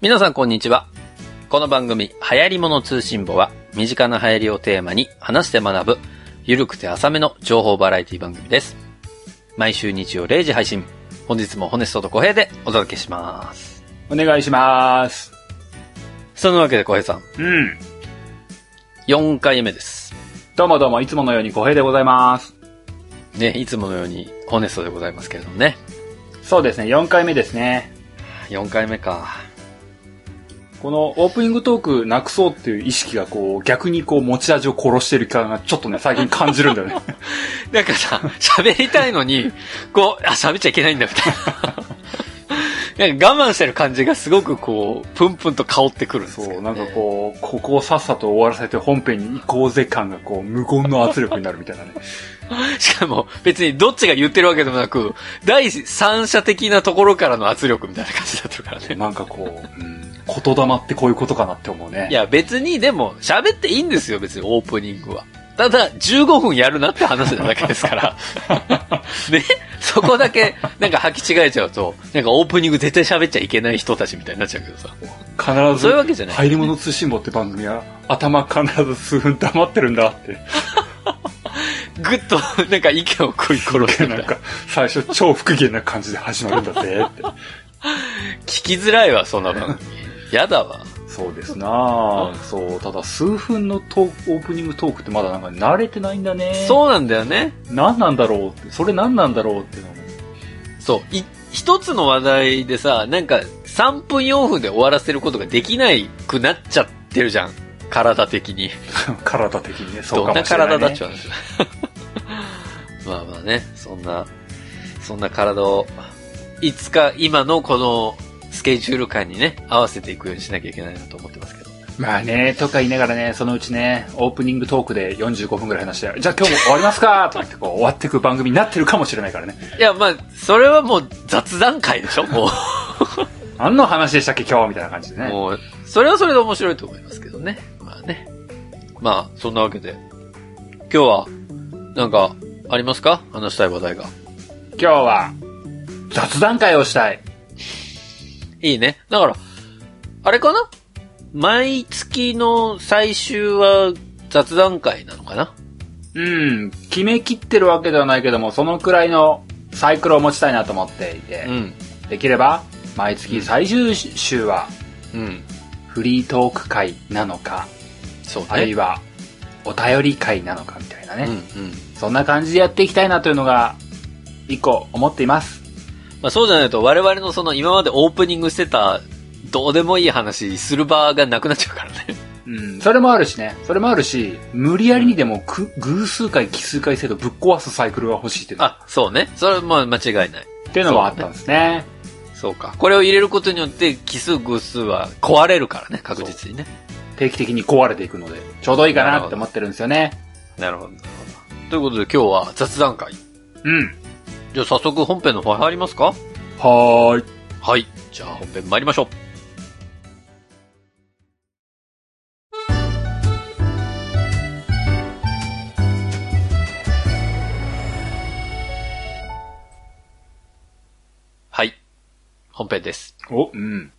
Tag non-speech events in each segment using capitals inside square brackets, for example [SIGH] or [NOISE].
皆さんこんにちは。この番組、流行り物通信簿は、身近な流行りをテーマに話して学ぶ、ゆるくて浅めの情報バラエティ番組です。毎週日曜0時配信、本日もホネストと小平でお届けします。お願いします。そのわけで小平さん、うん。 4回目です。どうもどうも、いつものように小平でございます。ね、いつものようにホネストでございますけれどもね。そうですね、4回目ですね。 4回目か。このオープニングトークなくそうっていう意識がこう、逆にこう、持ち味を殺してる感がちょっとね、最近感じるんだ [LAUGHS] よね。なんかさ、喋りたいのに、こう、あ、喋っちゃいけないんだ、みたいな。なんか我慢してる感じがすごくこう、ぷんぷんと香ってくるんですけどねそう、なんかこう、ここをさっさと終わらせて本編に行こうぜ感がこう、無言の圧力になるみたいなね。しかも、別にどっちが言ってるわけでもなく、第三者的なところからの圧力みたいな感じになってるからね。なんかこう、うん、言霊ってこういうことかなって思うね。いや、別に、でも、喋っていいんですよ、別に、オープニングは。ただ、15分やるなって話なだけです [LAUGHS] から。ねそこだけ、なんか履き違えちゃうと、なんかオープニング絶対喋っちゃいけない人たちみたいになっちゃうけどさ。必ず、そういうわけじゃない入り物通信簿って番組は、頭必ず数分黙ってるんだって。ぐっと、なんか意見を食い殺してみたないんか、最初超不機嫌な感じで始まるんだぜって。聞きづらいわ、そんな番組。やだわ。 [LAUGHS] そうですなあそう、ただ数分のトークオープニングトークってまだなんか慣れてないんだね。そうなんだよね。う。何なんだろうって、それ何なんだろうってのも。そう。い一つの話題でさ、なんか3分4分で終わらせることができないくなっちゃってるじゃん。体的に。体的にね、そうどかんもなしれない、ね。体だっちゃうんですよ。 [LAUGHS] まあまあね、そんな、そんな体を、いつか今のこのスケジュール感にね、合わせていくようにしなきゃいけないなと思ってますけど。まあね、とか言いながらね、そのうちね、オープニングトークで45分ぐらい話して、じゃあ今日も終わりますかとか言ってこう、終わってく番組になってるかもしれないからね。いや、まあ、それはもう雑談会でしょもう。何の話でしたっけ今日みたいな感じでね。もう、それはそれで面白いと思いますけどね。まあね。まあ、そんなわけで。今日は、なんか、ありますか話したい話題が。今日は、雑談会をしたい。いいね。だから、あれかな毎月の最終は雑談会なのかなうん、決めきってるわけではないけども、そのくらいのサイクルを持ちたいなと思っていて、うん。できれば、毎月最終週は、うん。フリートーク会なのか、そうね。あるいは、お便り会なのかみたいなね、うんうん。そんな感じでやっていきたいなというのが、一個思っています。まあそうじゃないと我々のその今までオープニングしてたどうでもいい話する場がなくなっちゃうからね。うん、それもあるしね、それもあるし、無理やりにでもく、偶数回、奇数回制度ぶっ壊すサイクルが欲しいっていうあ、そうね。それはまあ間違いない。っていうのはあったんですね。そうか。これを入れることによって奇数偶数は壊れるからね、確実にね。定期的に壊れていくので、ちょうどいいかなって思ってるんですよね。なるほど、なるほど。ということで今日は雑談会。うん。じゃあ早速本編の方入りますかはーい。はい。じゃあ本編参りましょう。はい。本編です。お、うん。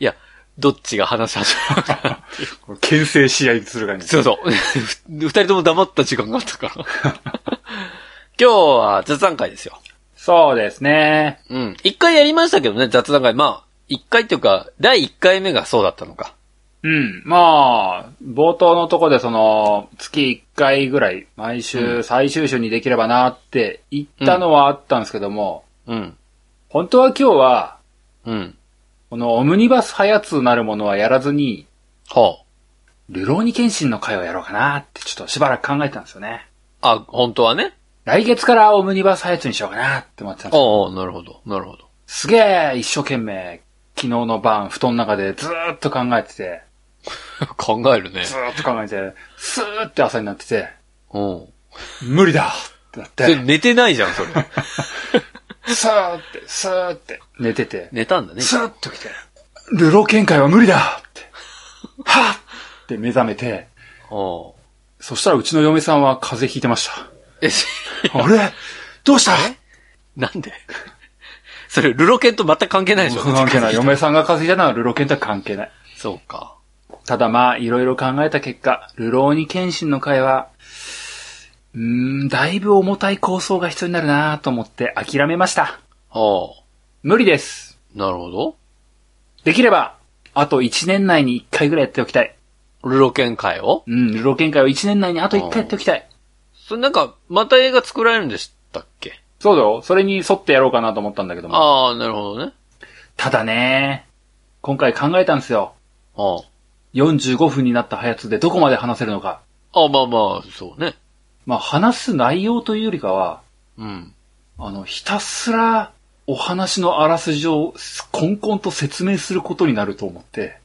いや、どっちが話し始めるかな。これ牽制試合する感じ。そうそう。 [LAUGHS] ふ二人とも黙った時間があったから。 [LAUGHS] 今日は雑談会ですよ。そうですね。うん。一回やりましたけどね、雑談会。まあ、一回っていうか、第一回目がそうだったのか。うん。まあ、冒頭のとこでその、月1回ぐらい、毎う週最終週にできればなって言ったのはあったんですけども、うん。本当は今日は、うん。このオムニバス早通なるものはやらずに、はルローニケンシンの回をやろうかなってちょっとしばらく考えてたんですよね。あ。あ、本当はね。来月からオムニバス早通にしようかなって思ってたんですよああ、なるほど。なるほど。 [LAUGHS] すげえ一生懸命、昨日の晩、布団の中でずーっと考えてて、考えるね。ずーっと考えてて、スーって朝になってて、うん。無理だってなっそれて、寝てないじゃん、そ [LAUGHS] れ。スーって、スーって寝てて、寝たんだね。スーっと来て、ルロケン会は無理だって、はっって目覚めて、うん。そしたらうちの嫁さんは風邪 [LAUGHS] ひいてましえ、た。あれどうしたなんで [LAUGHS] それ、ルロケンと全く関係ないでしょ関係ない。嫁さんが稼いだのはルロケンとは関係ない。そうか。ただまあ、いろいろ考えた結果、ルローニ剣心の会は、うーん、だいぶ重たい構想が必要になるなぁと思って諦めました。あ無理です。あ、なるほど。できれば、あと1年内に1回ぐらいやっておきたい。ルロケン会をうん、ルロケン会を1年内にあと1回やっておきたい。それなんか、また映画作られるんでしたっけそうだよ。それに沿ってやろうかなと思ったんだけども。ああ、なるほどね。ただね、今回考えたんですよ。あ45分になったハヤツでどこまで話せるのか。あ。ああ、まあまあ、そうね。まあ、話す内容というよりかは、うん。あの、ひたすらお話のあらすじをコンコンと説明することになると思って、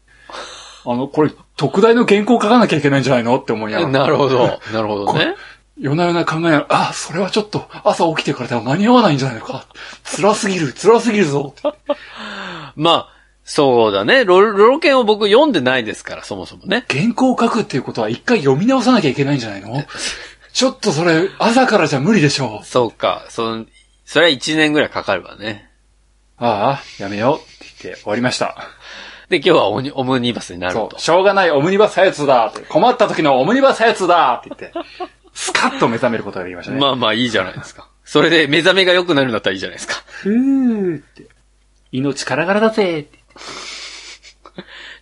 あの、これ、特大の原稿書かなきゃいけないんじゃないのって [LAUGHS] 思いながら。なる [LAUGHS] ほど。なるほどね。夜な夜な考えながら、あ、それはちょっと朝起きてからでは間に合わないんじゃないのか。辛すぎる、辛すぎるぞ。まあ、そうだね。ロルロケンを僕読んでないですから、そもそもね。原稿を書くっていうことは一回読み直さなきゃいけないんじゃないのちょっとそれ、朝からじゃ無理でしょう。そうか。その、それは1年ぐらいかかるわね。ああ、やめようって言って終わりました。で、今日はオニオムニバスになるそとう、。しょうがないオムニバスやつだって困った時のオムニバスやつだって言って、スカッと目覚めることができましたね。まあまあいいじゃないですか。それで目覚めが良くなるんだったらいいじゃないですか。ふーって。命からがらだぜって。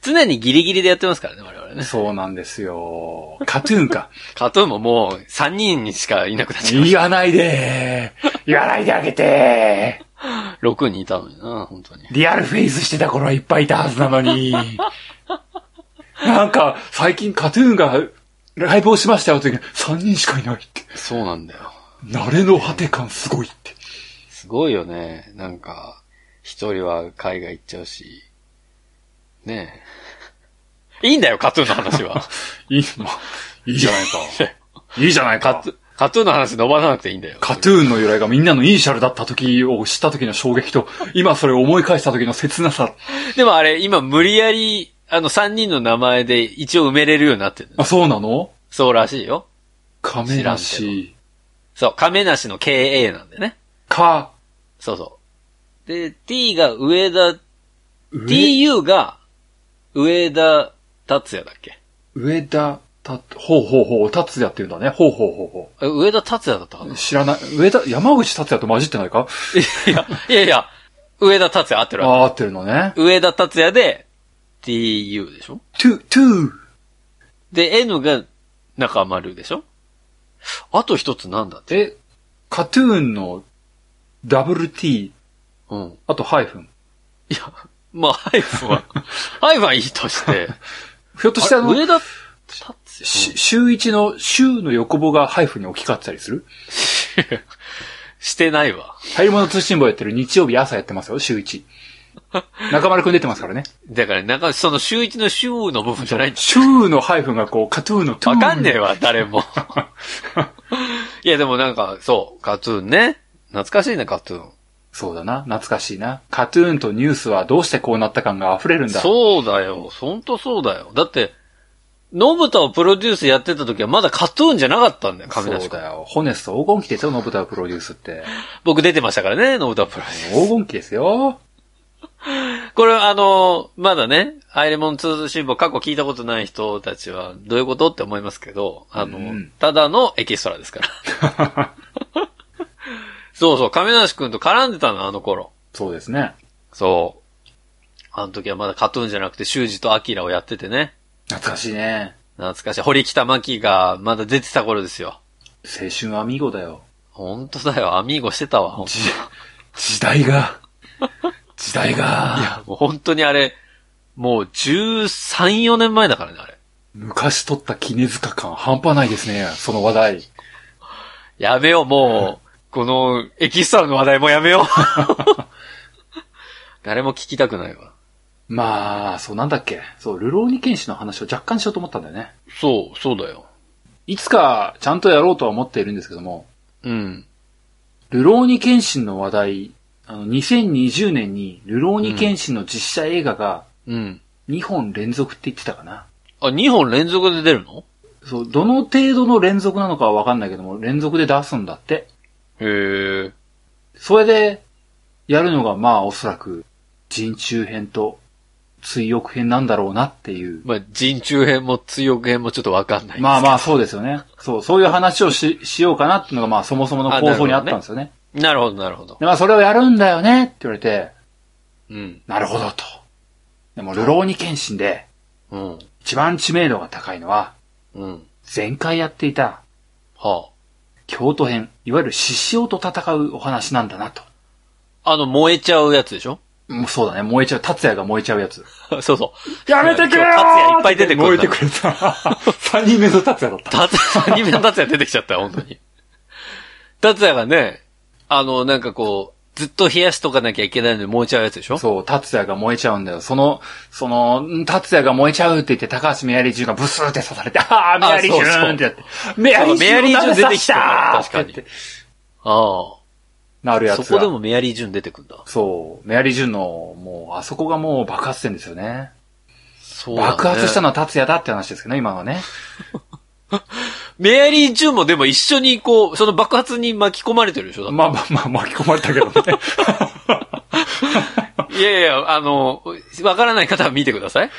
常にギリギリでやってますからね、我々ね。そうなんですよ。カトゥーンか。カトゥーンももう3人にしかいなくなっちゃいまし言わないで言わないであげてた。6人いたのにな、本当に。リアルフェイスしてた頃はいっぱいいたはずなのに。なんか、最近カトゥーンがライブをしましたよという時に3人しかいないって。そうなんだよ。慣れの果て感すごいって。すごいよね。なんか、一人は海外行っちゃうし。ねえ。 [LAUGHS] いいんだよ、カトゥーンの話は。いい、まあいいじゃないか。いいじゃないカかト。ゥーン [LAUGHS] カトゥーンの話伸ばさなくていいんだよ。カトゥーンの由来がみんなのイニシャルだった時を知った時の衝撃と、今それを思い返した時の切なさ。でもあれ、今無理やり、あの3人の名前で一応埋めれるようになってるのあ、そうなのそうらしいよ。亀梨、そう、亀梨の KA なんだよね。か、そうそう。で、t が上田、上、 tu が上田達也だっけ上田、た、ほうほうほう、達也って言うんだね。ほうほうほうほえ上田達也だったかう。な知らない。上田、山口達也と混じってないか [LAUGHS] いや、いやいや、上田達也合ってるわ。あー合ってるのね。上田達也で tu でしょトゥ、トゥー。で、n が中丸でしょあと一つなんだって。え、カトゥーンの WT、うん。あとハイフン。いや、まあ、ハイフン [LAUGHS] は、ハイフンはいいとして。ひょっとしてああれの、上田達し也週一の週の横棒がハイフンに置き換わってたりするしてないわ。入り物通信簿やってる日曜日朝やってますよ、週1。中丸くん出てますからね。だから、なんか、その週一の週の部分じゃないんだ週のハイフンがこう、カトゥーンのトわゥーン。かんねえわ、誰 [LAUGHS] も。いや、でもなんか、そう、カトゥーンね。懐かしいね、カトゥーン。そうだな、懐かしいな。カトゥーンとニュースはどうしてこうなった感が溢れるんだ。そうだよ、ほんとそうだよ。だって、ノブタをプロデュースやってた時はまだカトゥーンじゃなかったんだよ、亀そ梨う君。だよ。ホネスト黄金期ですよ、ノブタプロデュースって。僕出てましたからね、ノブタプロデュー黄金期ですよ。ス。これ、あの、まだね、アイレモン通信簿過去聞いたことない人たちはどういうことって思いますけど、あの、うんただのエキストラですから。 [LAUGHS] そうそう、亀梨君と絡んでたの、あの頃。そうですね。そう。あの時はまだカトゥーンじゃなくて、修二とアキラをやっててね。懐かしいね。懐かしい。堀北真希がまだ出てた頃ですよ。青春アミゴだよ。ほんとだよ。アミーゴしてたわ。ほんとじ、時代が。時代いが。や、もう本当にあれ、もう13、4年前だからね、あれ。昔撮った絹塚感半端ないですね、その話題。やめよう、もう。この、エキストラの話題もやめよう。 [LAUGHS] 誰も聞きたくないわ。まあ、そうなんだっけ。そう、ルローニケンシの話を若干しようと思ったんだよね。そう、そうだよ。いつかちゃんとやろうとは思っているんですけども、うん。ルローニケンシの話題、あの、2020年にルローニケンシの実写映画がうん。 2本連続って言ってたかな。あ、2本連続で出るのそう、どの程度の連続なのかはわかんないけども、連続で出すんだって。へえ。それで、やるのが、まあ、おそらく、人中編と、追憶編なんだろうなっていう。まあ、人中編も追憶編もちょっとわかんないです。まあまあ、そうですよね。そう、そういう話をし、しようかなっていうのが、まあ、そもそもの構想にあったんですよね。なるほど、なるほど。で、まあ、それをやるんだよねって言われて、うん。なるほどと。でも、ルローニケンシンで、うん。一番知名度が高いのは、うん。前回やっていた、は京都編、いわゆる獅子王と戦うお話なんだなと。あ。あの、燃えちゃうやつでしょもうそうだね、燃えちゃう、達也が燃えちゃうやつ。 [LAUGHS] そうそう。やめてく今日達れよ也いっぱい出てくるんだ燃えてくれた。3人目 [LAUGHS] の達也だった。達也、ア [LAUGHS] ニメの達也出てきちゃった、本当に。達也がね、あの、なんかこう、ずっと冷やしとかなきゃいけないのに燃えちゃうやつでしょそう、達也が燃えちゃうんだよ。その、その、ん達也が燃えちゃうって言って、高橋メアリージュンがブスーって刺されて、ああ、メアリージューンってやって。メアリそージューンうメアリージュン出てきたから刺したーって確かあなるやあ。つそがこでもメアリー・ジュン出てくんだ。そう、メアリー・ジュンの、もう、あそこがもう爆発点ですよね。そうだね爆発したのは達也だって話ですけどね、今はね。メアリー・ジュンもでも一緒にこう、その爆発に巻き込まれてるでしょだってまあまあまあ、巻き込まれたけどね。いやいや、あの、わからない方は見てください。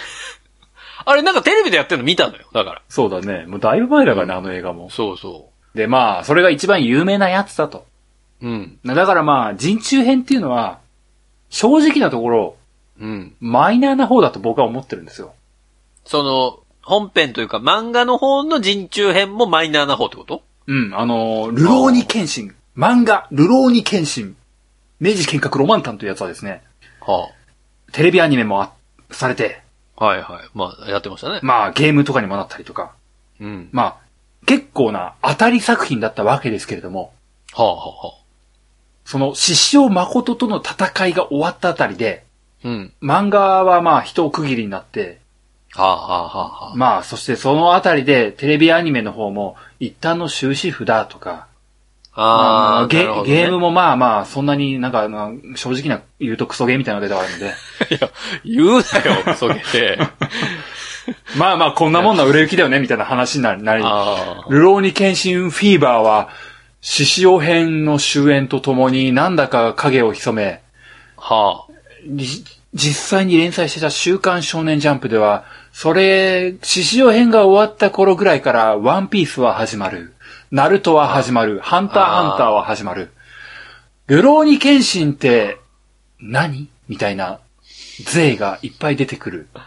あれなんかテレビでやってるの見たのよ。だから。 [LAUGHS] そうだね。もうだいぶ前だからね、あの映画も。そうそで、まあ、それが一番有名なやつだと。う。うん。だからまあ、人中編っていうのは、正直なところ、うん。マイナーな方だと僕は思ってるんですよ。その、本編というか漫画の方の人中編もマイナーな方ってことうん、あのー、ルローニケンシン。漫画、ルローニケンシン。明治剣閣ロマンタンというやつはですね、はテレビアニメもあされて、あ、はいはい。まあ、やってましたね。まあ、ゲームとかにもなったりとか、うん。まあ、結構な当たり作品だったわけですけれども、はあはあはあ。その、獅子王誠との戦いが終わったあたりで、うん。漫画はまあ、一区切りになって、はあはあはあはあ。まあ、そしてそのあたりで、テレビアニメの方も、一旦の終止符だとか、ああ、ゲなるほどねゲームもまあまあ、そんなになんか、まあ正直な言うとクソゲーみたいなのが出たわけで、言うなよ、そげて。 [LAUGHS] まあまあ、こんなもんの売れ行きだよね、みたいな話になり、なりあルローニケンシンフィーバーは、獅子王編の終焉とともになんだか影を潜め、あ、はじ実際に連載してた週刊少年ジャンプでは、それ、獅子王編が終わった頃ぐらいから、ワンピースは始まる。ナルトは始まる。ハンターあーハンターは始まる。ルローニケンシンって何、みたいな、税がいっぱい出てくる。あ。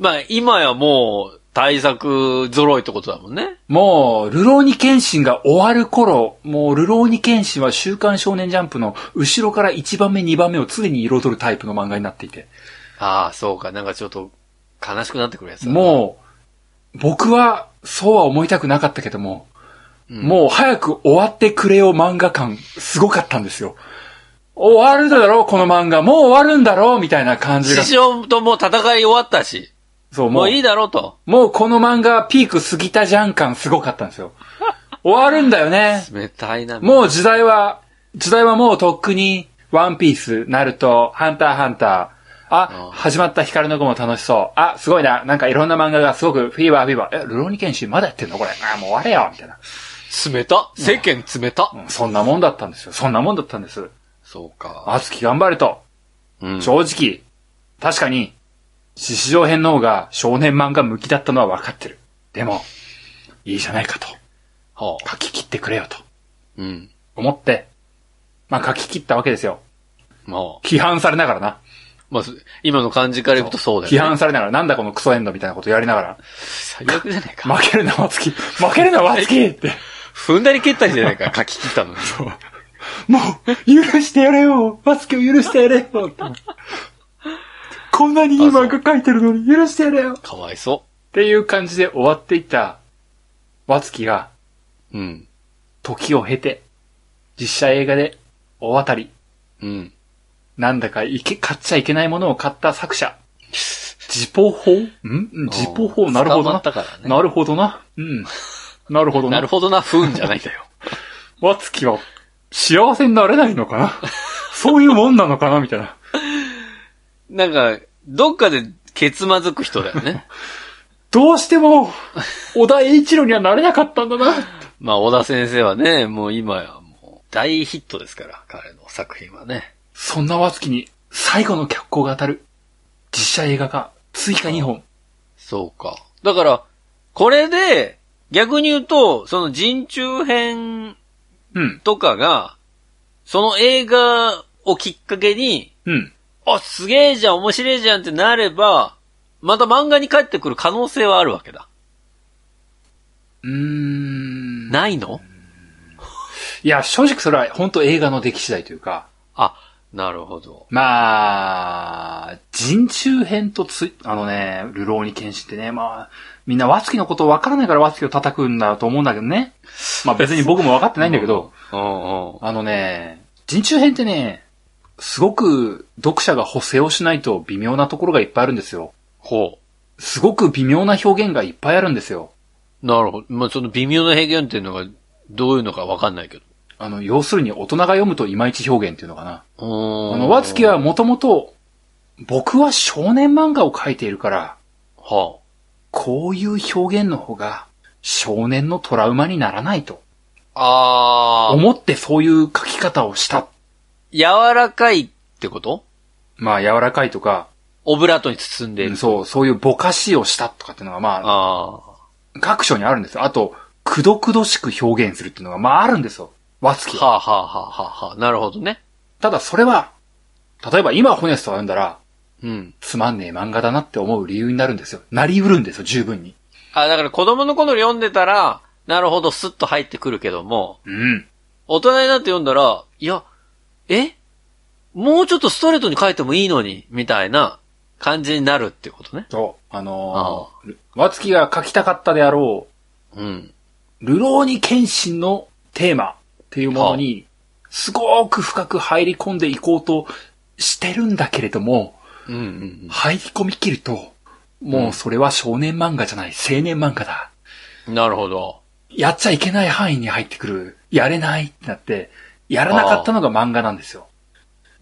まあ、今やもう、対策揃いってことだもんね。もう、ルローニケンシンが終わる頃、もう、ルローニケンシンは週刊少年ジャンプの後ろから1番目、2番目を常に彩るタイプの漫画になっていて。ああ、そうか。なんかちょっと、悲しくなってくるやつだなもう、僕は、そうは思いたくなかったけども、うんもう早く終わってくれよ漫画感、すごかったんですよ。終わるだろう、この漫画。もう終わるんだろう、みたいな感じが師。匠ともう戦い終わったし、 [LAUGHS] そう、ももうう、いいだろうと。もうこの漫画ピーク過ぎたじゃん感、すごかったんです [LAUGHS] よ。終わるんだよね。冷たいな。う。もう時代は、時代はもうとっくに、ワンピース、ナルト、ハンターハンター、ああ、始まった光の子も楽しそう。あ、すごいな。なんかいろんな漫画がすごくフィーバーフィーバー。え、ルローニケンシンまだやってんのこれ。あ、もう終われよ。みたいな、冷た。世間冷た。うんそんなもんだったんですよ。そんなもんだったんです。そうか。熱き頑張れと。うん正直、確かに、獅子上編の方が少年漫画向きだったのは分かってる。でも、いいじゃないかと。はあ書き切ってくれよと。うん。思って、まあ書き切ったわけですよ。まあ、批判されながらな。まあ、す今の感じから言うとそうだよね。批判されながら、なんだこのクソエンドみたいなことやりながら、最悪じゃないか。負けるな、ワツキ負けるな、ワツキって。踏んだり蹴ったりじゃないか、書き切ったのに。 [LAUGHS] もう、許してやれよワツキを許してやれよってこんなにいい漫画描いてるのに許してやれよっかわいそていう感じで終わっていった、ワツキが、う。うん。時を経て、実写映画で、大当たり、うん。なんだかいけ、買っちゃいけないものを買った作者。自ポ法ん自ポ法なるほ捕まどっな。たからね。なるほどな。うん。なるほどななる。ほどな、踏んじゃないんだよ。わつきは幸せになれないのかなそういうもんなのかなみたいな。 [LAUGHS] なんか、どっかでケツまずく人だよ [LAUGHS] ね。どうしても、小田栄一郎にはなれなかったんだな。まあ、小田先生はね、もう今やもう大ヒットですから、彼の作品はね。そんなわつきに最後の脚光が当たる。実写映画化、追加2本。そうか。だから、これで、逆に言うと、その人中編うん。とかが、その映画をきっかけに、うん。あ、すげえじゃん、面白いじゃんってなれば、また漫画に帰ってくる可能性はあるわけだ。うーん。ないのいや、正直それは本当映画の出来次第というか、あ、なるほど。まあ、人中編とつい、あのね、流浪に剣心ってね、まあ、みんなワツキのこと分からないからワツキを叩くんだと思うんだけどね。まあ別に僕も分かってないんだけど、うんうん。あのね、人中編ってね、すごく読者が補正をしないと微妙なところがいっぱいあるんですよ。ほすごく微妙な表現がいっぱいあるんですよ。う。なるほど。まあ、その微妙な平原っていうのが、どういうのかわかんないけど。あの、要するに大人が読むといまいち表現っていうのかな。うーあんの、和月は、もともと、僕は少年漫画を描いているから、はこういう表現の方が少年のトラウマにならないとあ。あー、思ってそういう描き方をした。柔らかいってことまあ柔らかいとか、オブラートに包んでいる。そう、そういうぼかしをしたとかっていうのがまあ、あ各所にあるんですよ。あと、くどくどしく表現するっていうのがまああるんですよ。和あ。月は。はあ、はあはあはあはあ、なるほどね。ただそれは、例えば今ホネストが読んだら、うん。つまんねえ漫画だなって思う理由になるんですよ。なりうるんですよ、十分に。あ、だから子供の頃読んでたら、なるほど、スッと入ってくるけども、うん。大人になって読んだら、いや、えもうちょっとストレートに書いてもいいのに、みたいな感じになるってことね。そう。あのー、和月が書きたかったであろう、うん。流浪に剣心のテーマっていうものに、すごく深く入り込んでいこうとしてるんだけれども、うんうん入り込みきると、もうそれは少年漫画じゃない、青年漫画だ。うん。なるほど。やっちゃいけない範囲に入ってくる。やれないってなって、やらなかったのが漫画なんですよ。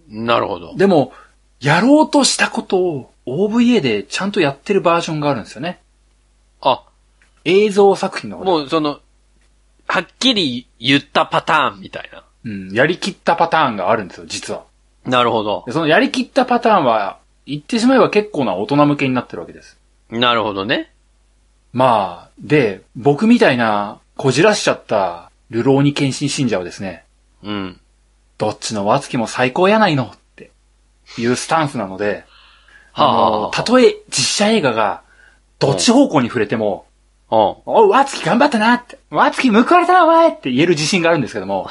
なるほど。でも、やろうとしたことを OVA でちゃんとやってるバージョンがあるんですよね。あ、映像作品の方で。もうその、はっきり言ったパターンみたいな。うん、やりきったパターンがあるんですよ、実は。なるほどで。そのやりきったパターンは、言ってしまえば結構な大人向けになってるわけです。なるほどね。まあ、で、僕みたいな、こじらしちゃった、流浪に献身信者はですね、うん。どっちの和月も最高やないのっていうスタンスなので、はあ、あはのたとえ実写映画が、どっち方向に触れても、あはあ、おい、和月頑張ったなって、和月報われたなお前って言える自信があるんですけども、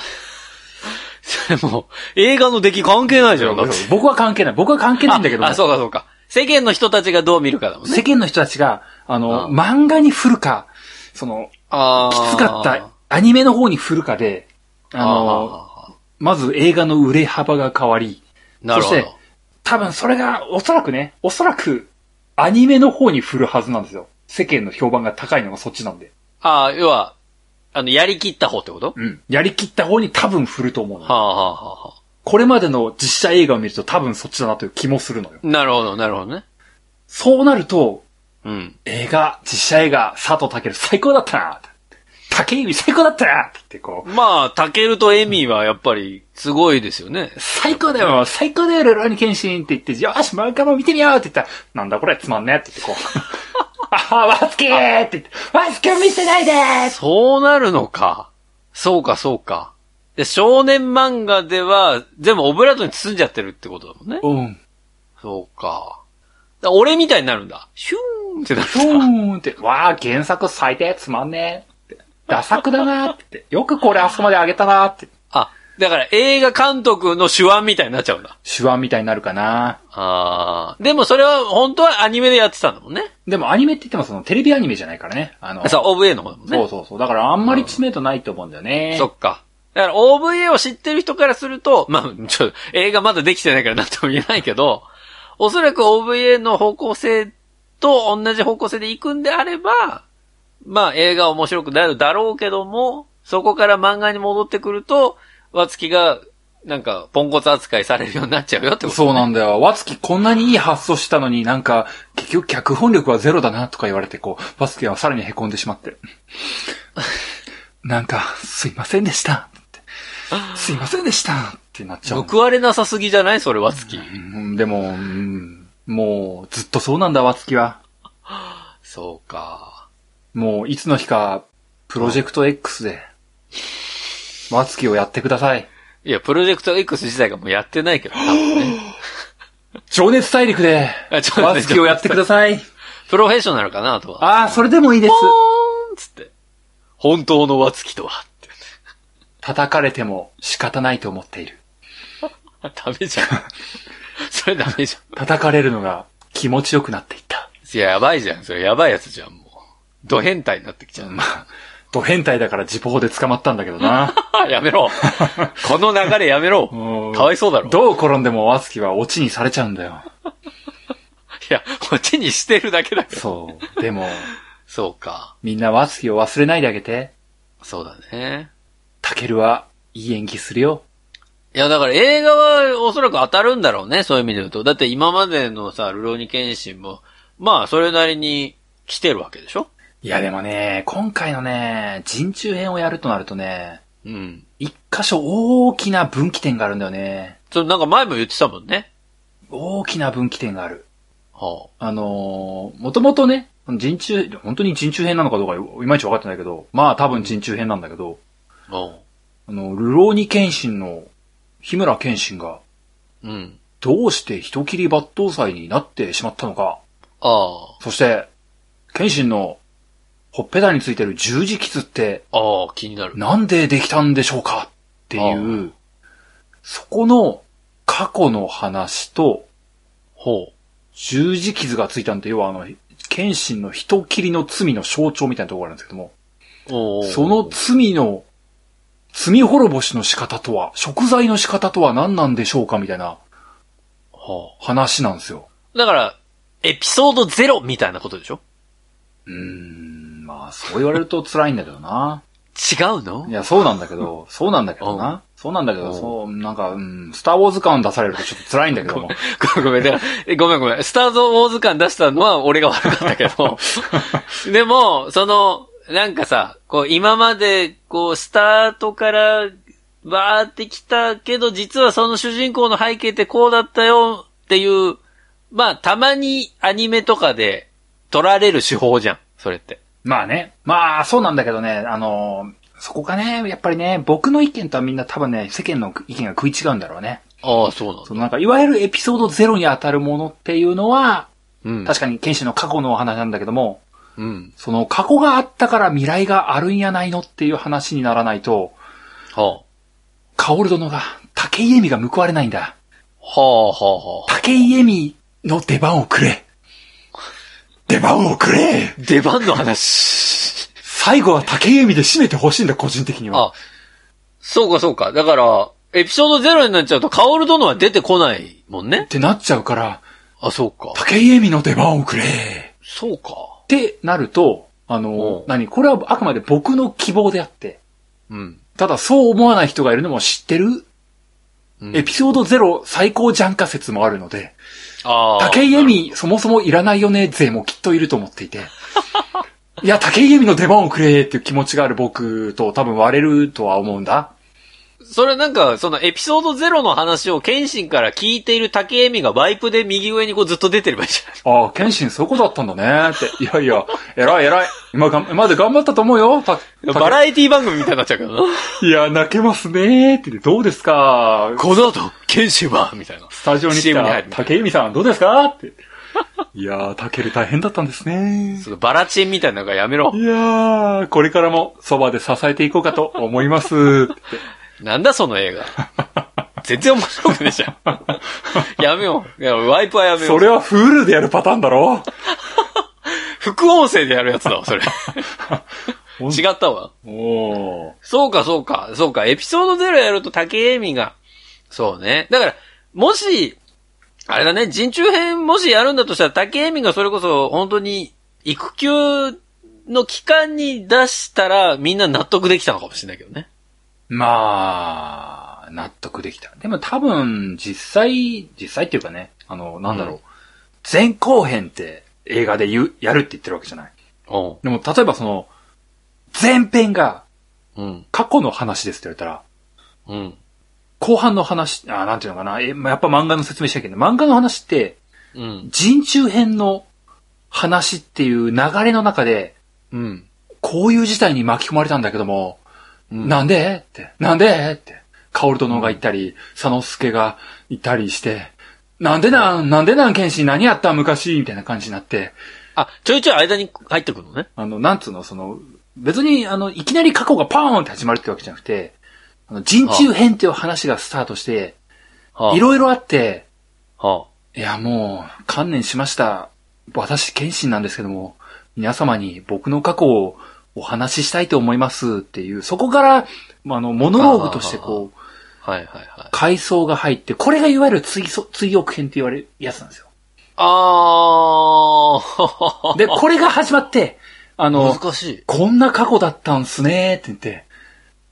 それもう、映画の出来関係ないじゃん。だって僕は関係ない。僕は関係ないんだけどもあ、あそうかそうか。世間の人たちがどう見るかだもんね。世間の人たちが、あの、うん漫画に振るか、その、あきーつかった。アニメの方に振るかで、あの、あまず映画の売れ幅が変わり、ーなるほそしてど。多分それがおそらくね、おそらくアニメの方に振るはずなんですよ。世間の評判が高いのがそっちなんで。ああ、要は、あの、やりきった方ってことうん。やりきった方に多分振ると思うのは。あ、はあはあはこれまでの実写映画を見ると多分そっちだなという気もするのよ。あ、なるほど、なるほどね。そうなると、うん。映画、実写映画、佐藤健最高だったな竹井美最高だったなって言ってこう、まあ、タケルとエミはやっぱり、すごいですよね。最高だよ最高だよルロニケンシンって言って、よし漫画も見てみようって言ったら、なんだこれつまんねえって言ってこう。ああ、ワスキーって言って、ワスキー見せないでーそうなるのか。そうか、そうか。で、少年漫画では、全部オブラートに包んじゃってるってことだもんね。うん。そうか。だから俺みたいになるんだ。ヒューンってなるふーんって、わあ、原作最低つまんねえって。ダサくだなーって言って。よくこれあそこまで上げたなーって。あ、だから映画監督の手腕みたいになっちゃうんだ。手腕みたいになるかなあー。でもそれは本当はアニメでやってたんだもんね。でもアニメって言ってもそのテレビアニメじゃないからね。あの、あそう、OVA の方だもんね。そうそうそう。だからあんまり知名度ないと思うんだよね。そっか。だから OVA を知ってる人からすると、まあ、ちょ、映画まだできてないからなんとも言えないけど、おそらく OVA の方向性と同じ方向性で行くんであれば、まあ映画は面白くなるだろうけども、そこから漫画に戻ってくると、和月が、なんか、ポンコツ扱いされるようになっちゃうよってこと、そうなんんだよ。和月こんなにいい発想したのになんか、結局脚本力はゼロだなとか言われて、こう、和月はさらに凹んでしまって。なんか、すいませんでしたって。すいませんでしたってってなっちゃう。報われなさすぎじゃないそれ、ワツキ。うん、でも、うん、もう、ずっとそうなんだ、わつきは。そうか。もう、いつの日か、プロジェクト X で、わつきをやってください。いや、プロジェクト X 自体がもうやってないけど、多分ね情熱大陸で、あちょっと待わってつきをやってください。プロフェッショナルかな、あとは。 [LAUGHS] ああ、それでもいいですポ。ーンつって。本当のワツキとは。 [LAUGHS] って叩かれても仕方ないと思っている。ダメじゃん。 [LAUGHS] それダメじゃん。叩かれるのが気持ちよくなっていった。いや、やばいじゃん。それやばいやつじゃん、もう。ド変態になってきちゃう。まあ、ド変態だから自報で捕まったんだけど [LAUGHS] な。 [LAUGHS] やめ [LAUGHS] ろ。この流れやめろ。うんかわいそうだろ。どう転んでもわつきはオチにされちゃうんだよ。いや、こっちにしてるだけだよ。そう。でも、そうか。みんなわつきを忘れないであげて、そうだね。たけるはいい演技するよ。いや、だから映画はおそらく当たるんだろうね、そういう意味で言うと。だって今までのさ、ルローニケンシンも、まあ、それなりに来てるわけでしょいやでもね、今回のね、人中編をやるとなるとね、うん。一箇所大きな分岐点があるんだよね。それなんか前も言ってたもんね。大きな分岐点がある。はあのー、もともとね、人中、本当に人中編なのかどうかいまいち分かってないけど、まあ多分人中編なんだけど、あ。おあの、ルローニケンシンの日村ケンシンがううん。どうして人斬り抜刀斎になってしまったのか、ああ。そして、ケンシンのほっぺたについてる十字傷ってああ、気になる。なんでできたんでしょうかっていう、そこの過去の話とほ十字傷がついたんて、要はあの、ケンシンの人斬りの罪の象徴みたいなところがあるんですけども、う。おうその罪の、罪滅ぼしの仕方とは、食材の仕方とは何なんでしょうかみたいなは話なんですよ。あ。だから、エピソードゼロみたいなことでしょうーん、まあ、そう言われると辛いんだけどな。違うのいや、そうなんだけど、そうなんだけどうな。そうなんだけうど、んそう、なんか、うん、スターウォーズ感出されるとちょっと辛いんだけど [LAUGHS] も。 [LAUGHS] ごめん、だからごめんごめん。スターズ・ウォーズ感出したのは俺が悪かったけ [LAUGHS] ど。でも、その、なんかさ、こう今まで、こう、スタートから、バーってきたけど、実はその主人公の背景ってこうだったよっていう、まあ、たまにアニメとかで取られる手法じゃん、それって。まあね。まあ、そうなんだけどね、あの、そこがね、やっぱりね、僕の意見とはみんな多分ね、世間の意見が食い違うんだろうね。ああ、そうなんそのなんか、いわゆるエピソードゼロに当たるものっていうのは、うん。確かに剣士の過去のお話なんだけども、うん。その過去があったから未来があるんやないのっていう話にならないと、はカオル殿が、竹井恵美が報われないんだ。あ。はあ、はあ、はあ。竹井恵美の出番をくれ。出番をくれ出番の話。 [LAUGHS] 最後は竹井恵美で締めてほしいんだ、個人的には。あ、そうかそうか。だから、エピソードゼロになっちゃうと、カオル殿は出てこないもんねっ。てなっちゃうから、あ、そうか。竹井恵美の出番をくれっそうか。てなると、あうんの、何これはあくまで僕の希望であって、うん。ただそう思わない人がいるのも知ってる、うんエピソードゼロ最高ジャンカ説もあるので、ああ。竹井恵美、そもそもいらないよね、勢もきっといると [LAUGHS] 思っていて。いや、竹井恵美の出番をくれっていう気持ちがある僕と多分割れるとは思うんだ。それなんか、そのエピソードゼロの話を謙信から聞いている竹井恵美がワイプで右上にこうずっと出てればいいじゃないああ、謙信そういうことだったんだねって。いやいや、偉い偉い。今がん、今まで頑張ったと思うよ。た竹バラエティ番組みたいになっちゃう [LAUGHS] けどな。いや、泣けますねって言ってどうですかこの後、謙信はみたいな。スタジオに来 CM に入るた竹井恵美さんどうですかって。いやー、竹井大変だったんですね。そのバラチンみたいなのがやめろい。やー、これからもそばで支えていこうかと思います。なんだその映画。全然面白くねえじゃん。やめよう。いや、ワイプはやめよう。それはフールでやるパターンだろ副音声でやるやつだわ、 [LAUGHS] それ。ほん違ったわ。おーそうか、そうか、そうか。エピソードゼロやると竹恵美が。そうね。だから、もし、あれだね、人中編もしやるんだとしたら、竹恵美がそれこそ本当に育休の期間に出したら、みんな納得できたのかもしれないけどね。まあ、納得できた。でも多分、実際、実際っていうかね、あの、なんだろう。うん前後編って映画で言う、やるって言ってるわけじゃない。おでも、例えばその、前編がうん。過去の話ですって言われたら、うん。後半の話、あーなんていうのかな、え、まあやっぱ漫画の説明しなきゃいけない。漫画の話って、うん。人中編の話っていう流れの中で、うん。こういう事態に巻き込まれたんだけども、うんなんでって、なんでって、カオル殿が言ったり、佐之助が言ったりして、なんでなん、なんでなん、剣士何やった昔みたいな感じになって、あ、ちょいちょい間に入ってくるのね。あの、なんつうの、その、別に、あの、いきなり過去がパーンって始まるってわけじゃなくて、あの、人中編っていう話がスタートして、はいろいろあって、あ。はいや、もう、観念しました。私、謙信なんですけども、皆様に僕の過去をお話ししたいと思いますっていう、そこから、まああの、モノローグとしてこう、あ。はいはいはい。階層が入って、これがいわゆる追想追憶編って言われるやつなんですよ。 [LAUGHS] あー。で、これが始まって、あ [LAUGHS] の、難しい。こんな過去だったんすねーって言って、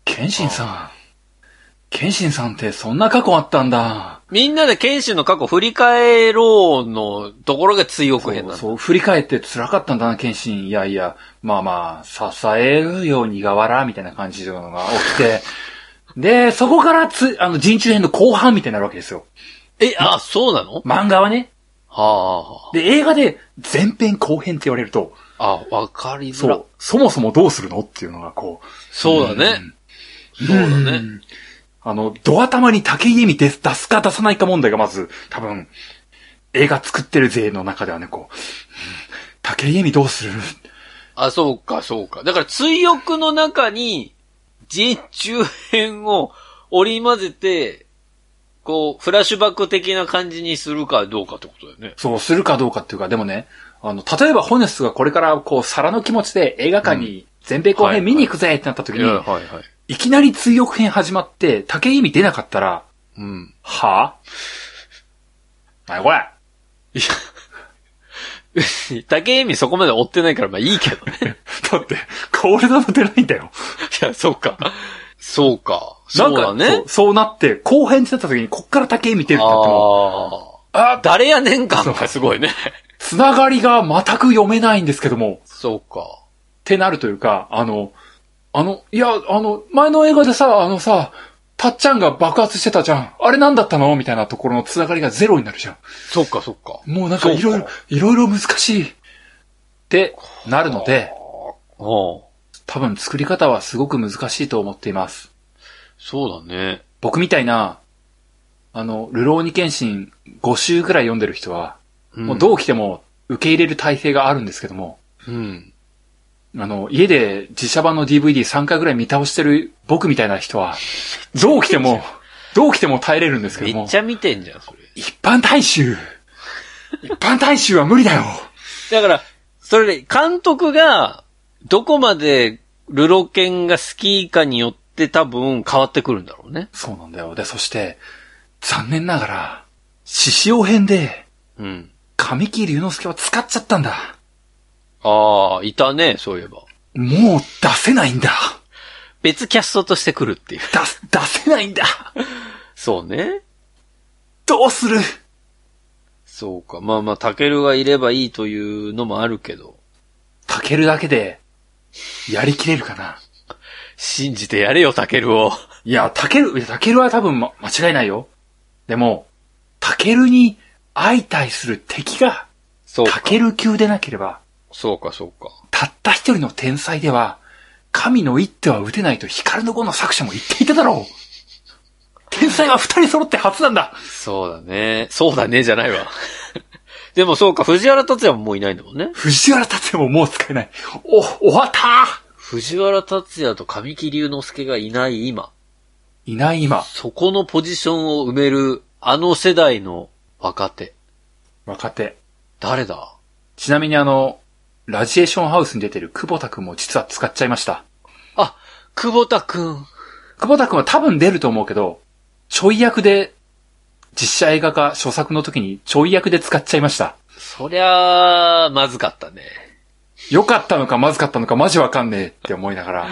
謙信さん、謙信さんってそんな過去あったんだ。みんなで剣士の過去振り返ろうのところが追憶編なんだ。そう、振り返って辛かったんだな、謙信。いやいや、まあまあ、支えるようにがわら、みたいな感じのが起 [LAUGHS] きて、で、そこからつ、あの、人中編の後半みたいになるわけですよ。え、あ、そうなのは漫画はね。あはで、映画で前編後編って言われると、あ。あ、わかりづそら。う、そもそもどうするのっていうのがこそうだね。う。そうだねん。あの、ド頭に竹井絵美出す出すか出さないか問題がまず、多分、映画作ってる勢の中ではね、こう、うん竹井絵美どうするあ、そうか、そうか。だから、追憶の中に、人中編を織り交ぜて、こう、フラッシュバック的な感じにするかどうかってことだよね。そうするかどうかっていうか、でもね、あの、例えばホネスがこれからこう、皿の気持ちで映画館に全米後はい編見に行くぜってなった時に、いはいはい。きなり追憶編始まって、竹井意味出なかったら、うん。はぁ、なにこれいや、別に [LAUGHS] 竹恵美そこまで追ってないから、まあいいけどね。だって、カオルダも出ないんだよ。いや、そう [LAUGHS] か。そうか。なそんうかだねそう。そうなって、後編ってなった時に、こっから竹井見てるってなっても、あああ、誰やねん感がすごいね。つながりが全く読めないんですけども、っそうか。てなるというか、あの、あの、いや、あの、前の映画でさ、あのさ、たっちゃんが爆発してたじゃん。あれなんだったのみたいなところのつながりがゼロになるじゃそうか、そうか。ん。もうなんかいろいそうろ、いろいろ難しい。ってなるので、うん。多分作り方はすごく難しいと思っています。そうだね。僕みたいな、あの、ルローニケンシン5週くらい読んでる人は、もうどう来ても受け入れる体制があるんですけども、うん。あの、家で自社版の DVD3 回くらい見倒してる僕みたいな人は、どう来 [LAUGHS] ても、どう来ても耐えれるんですめけどっも、ちゃ見てんじゃん、それ。一般大衆一般大衆は無理だよだから、それ、監督が、どこまで、ルロケンが好きかによって多分変わってくるんだろうね。そうなんだよ。で、そして、残念ながら、獅子王編で、うん。神木隆之介は使っちゃったんだ。ああ、いたね、そういえば。もう出せないんだ。別キャストとして来るっていう。出す、出せないんだ。そうね。どうするそうか。まあまあ、タケルがいればいいというのもあるけど、かけるだけで、やりきれるかな。信じてやれよ、タケルを。いや、たける、いやたけるは多分、ま、間違いないよ。でも、たけるに相対する敵が、そうたか。ける級でなければ、そうか、そうか。たった一人の天才では、神の一手は打てないと光の碁の作者も言っていただろう。天才は二人揃って初なんだ。そうだね。そうだね、じゃないわ。 [LAUGHS] でもそうか、藤原達也ももういないんだもんね。藤原達也ももう使えない。お、終わった藤原達也と神木隆之介がいない今、いない今。そこのポジションを埋める、あの世代の若手。若手。誰だちなみにあの、ラジエーションハウスに出てる久保田くんも実は使っちゃいました。あ、久保田くん。久保田くんは多分出ると思うけど、ちょい役で、実写映画化著作の時にちょい役で使っちゃいました。そりゃあ、まずかったね。良かったのかまずかったのかマジわかんねえって思いながら。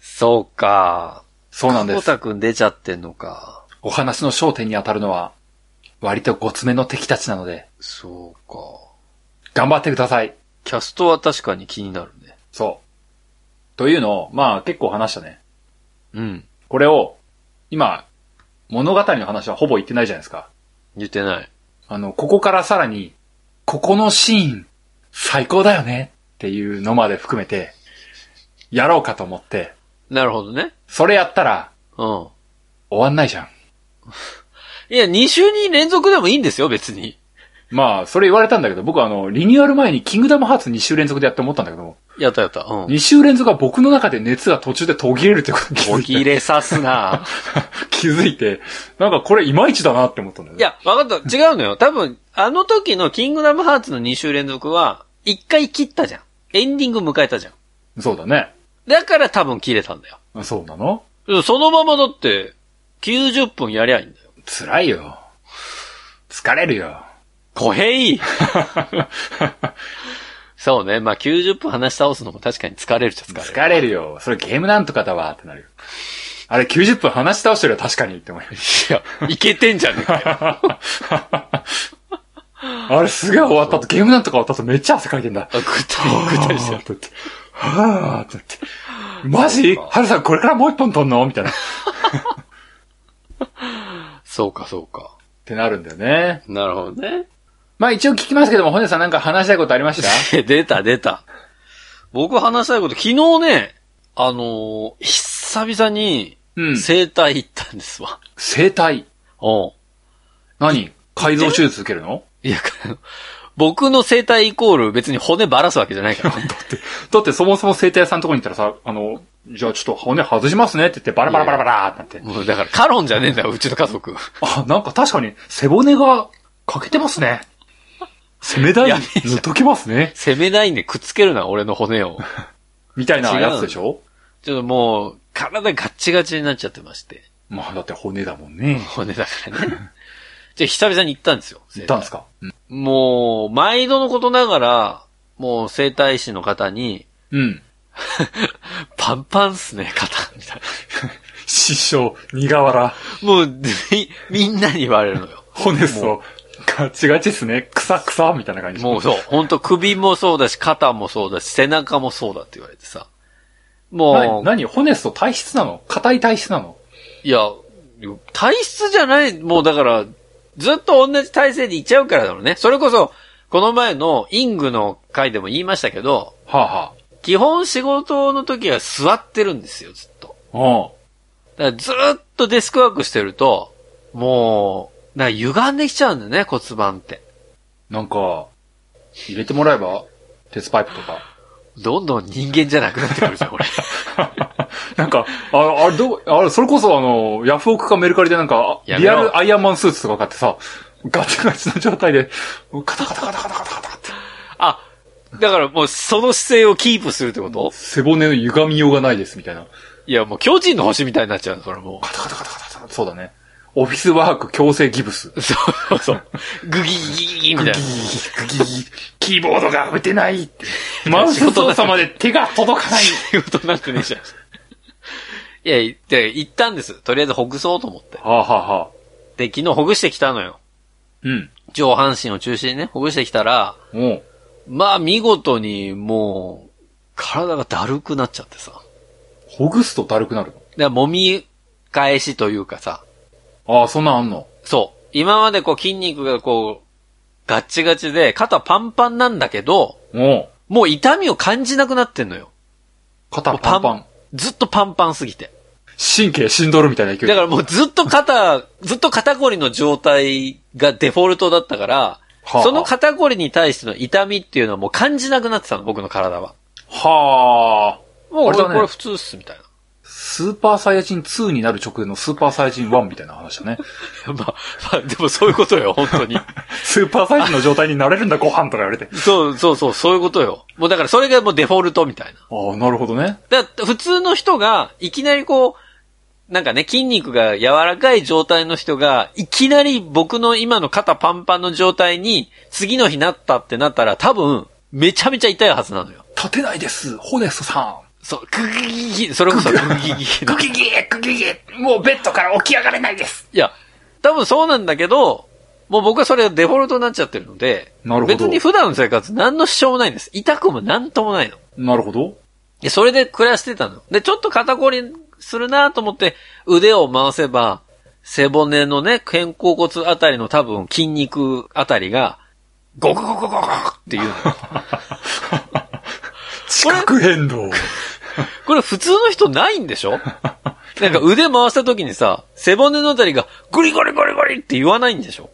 そうか。そうなん久で保す。田くん出ちゃってんのか。お話の焦点に当たるのは、割とごつめの敵たちなので、そうか。頑張ってください。キャストは確かに気になるね。そう。というのを、まあ結構話したね。うん。これを、今、物語の話はほぼ言ってないじゃないですか。言ってない。あの、ここからさらに、ここのシーン、最高だよねっていうのまで含めて、やろうかと思って、なるほどね。それやったら、うん。終わんないじゃん。いや、2週に連続でもいいんですよ、別に。まあ、それ言われたんだけど、僕はあの、リニューアル前にキングダムハーツ2週連続でやって思ったんだけど、やったやった。うん。 2週連続は僕の中で熱が途中で途切れるってことに気づ起いて。きれさすな気づいて、なんかこれいまいちだなって思ったんだよ [LAUGHS] いね。や、わかった。違うのよ。多分、あの時のキングダムハーツの2週連続は、1回切ったじゃん。エンディング迎えたじゃん。そうだね。だから多分切れたんだよ。そうなのうんそのままだって、90分やりゃいいんだよ。辛いよ。疲れるよ。小平い [LAUGHS] そうね。まあ、90分話し倒すのも確かに疲れるっちゃ疲れる。疲れるよ。それゲームなんとかだわってなるよ。あれ90分話し倒してるよ、確かにって思いましいや、いけてんじゃねえかよ。 [LAUGHS] た [LAUGHS] あれすげえ終わったと、ゲームなんとか終わったとめっちゃ汗かいてんだ。ぐったりぐったりしてはるぁ。ーってなってはぁーってなって。マジハルさんこれからもう一本撮んのみたいな。っ [LAUGHS] そうか、そうか。てなるんだよね。なるほどね。まあ一応聞きますけども、本さんなんか話したいことありました [LAUGHS] 出た、出た。僕話したいこと、昨日ね、あのー久々に、うん。整体行ったんですわ。生体。おう何改造手術受けるのいや、 [LAUGHS] 僕の整体イコール別に骨ばらすわけじゃない [LAUGHS] からね。だってそもそも生体屋さんのとこに行ったらさ、あの、じゃあちょっと骨外しますねって言ってバラバラバラバラーってなって。もうだから、カロンじゃねえんだよ、うちの家族。あ、なんか確かに背骨が欠けてますね。攻め台やにべえじゃん塗っときますね。 [LAUGHS] 攻めないんでくっつけるな、俺の骨を。みたいなやつでしょちょっともう、体ガッチガチになっちゃってまして。まあだって骨だもんね。骨だから [LAUGHS] ね。じゃあ久々に行ったんですよ。言ったんですかうんもう、毎度のことながら、もう整体師の方に、うん。パンパンっすね、肩、みたい失笑、苦笑、な。もう、み、みんなに言われるのよ。骨そう、ガチガチっすね、くさくさ、みたいな感じ。もうそう、ほんと首もそうだし、肩もそうだし、背中もそうだって言われてさ。もな、う、何骨スト体質なの硬い体質なのいや、体質じゃない、もうだから、ずっと同じ体勢でいっちゃうからだろうね。それこそ、この前のイングの回でも言いましたけど、はあ、基本仕事の時は座ってるんですよ、ずっと。はだからずーっとデスクワークしてると、もう、なんか歪んできちゃうんだよね、骨盤って。うん。なんか、入れてもらえば鉄パイプとか。どんどん人間じゃなくなってくるじゃん、俺。なんか、あの、あれどう、あれ、それこそあの、ヤフオクかメルカリでなんか、やリめろアルアイアンマンスーツとか買ってさ、ガチガチの状態で、カタカタカタカタカタカタって、あ、だからもうその姿勢をキープするってこと背骨の歪みようがないですみたいな。いや、もう巨人の星みたいになっちゃうの、それもカタカタカタカタそうだね。オフィスワーク強制ギブス。う。 [LAUGHS] そうそう。グギギギギみたいな。ギーギーギーキーボードが打てないって。マウス操作まで手が届かない。仕事なんてねえじゃん。いや、いで行ったんです。とりあえずほぐそうと思って。はあ、はあはあ、で、昨日ほぐしてきたのよ。うん。上半身を中心にね、ほぐしてきたら、もう、まあ見事にもう、体がだるくなっちゃってさ。ほぐすとだるくなるで、揉み返しというかさ、の。ああ、そんなんあんの。そう。今までこう筋肉がこう、ガッチガチで、肩パンパンなんだけど、もう、もう痛みを感じなくなってんのよ。肩パンパン。ずっとパンパンすぎて。神経しんどるみたいな勢い。だからもうずっと肩、 [LAUGHS] ずっと肩こりの状態がデフォルトだったから、はあその肩こりに対しての痛みっていうのはもう感じなくなってたの、僕の体は。はあ。もうあ俺、れだねこれ普通っす、みたいな。スーパーサイヤ人2になる直前のスーパーサイヤ人1みたいな話だね。 [LAUGHS] まあ、まあ、でもそういうことよ、本 [LAUGHS] 当に。 [LAUGHS] スーパーサイヤ人の状態になれるんだ、ご飯とか言われて。そうそうそう、そういうことよ。もうだからそれがもうデフォルトみたいな。ああ、なるほどね。だから普通の人が、いきなりこう、なんかね、筋肉が柔らかい状態の人が、いきなり僕の今の肩パンパンの状態に、次の日なったってなったら、多分、めちゃめちゃ痛いはずなのよ。立てないです、ホネストさそう、グギギギギ、それこそグギギギん。の。いギギクギギもうベッドから起き上がれないです。や、多分そうなんだけど、もう僕はそれがデフォルトになっちゃってるので、なるほど別に普段の生活何の支障もないんです。痛くも何ともないの。なるほど。で、それで暮らしてたの。で、ちょっと肩こりするなと思って腕を回せば、背骨のね、肩甲骨あたりの多分筋肉あたりが、ゴクゴクゴクゴクっていうの。地殻変動。これ普通の人ないんでしょなんか腕回した時にさ、背骨のあたりがゴリゴリゴリゴリって言わないんでしょ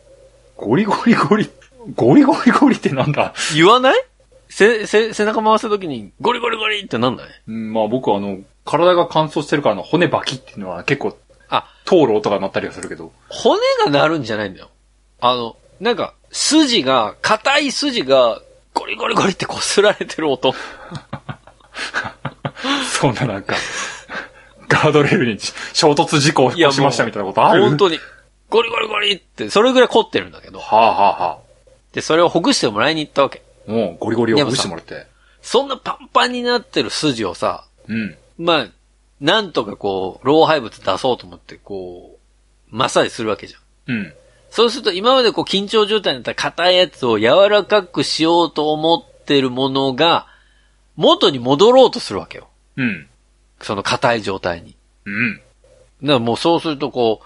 ゴリゴリゴリ。ゴリゴリゴリってなんだ言わないせ、せ、背中回した時にゴリゴリゴリってなんないうんまあ僕はあの、体が乾燥してるからあの骨バキっていうのは結構、あ、灯籠とかなったりはする [LAUGHS] けど。骨がなるんじゃないんだよ。あの、なんか、筋が、硬い筋が、ゴリゴリゴリって擦られてる音。そんななんか、ガードレールに衝突事故をいやしましたみたいなことある本当に。ゴリゴリゴリって、それぐらい凝ってるんだけど。はあはあはで、それをほぐしてもらいに行ったわけ。あ。もうゴリゴリをでほもぐさしてもらって。そんなパンパンになってる筋をさ、うん。まあ、なんとかこう、老廃物出そうと思って、こう、マッサージするわけじゃん。うん。そうすると今までこう緊張状態になった硬いやつを柔らかくしようと思ってるものが、元に戻ろうとするわけよ。うん。その硬い状態に。うん。だからもうそうするとこ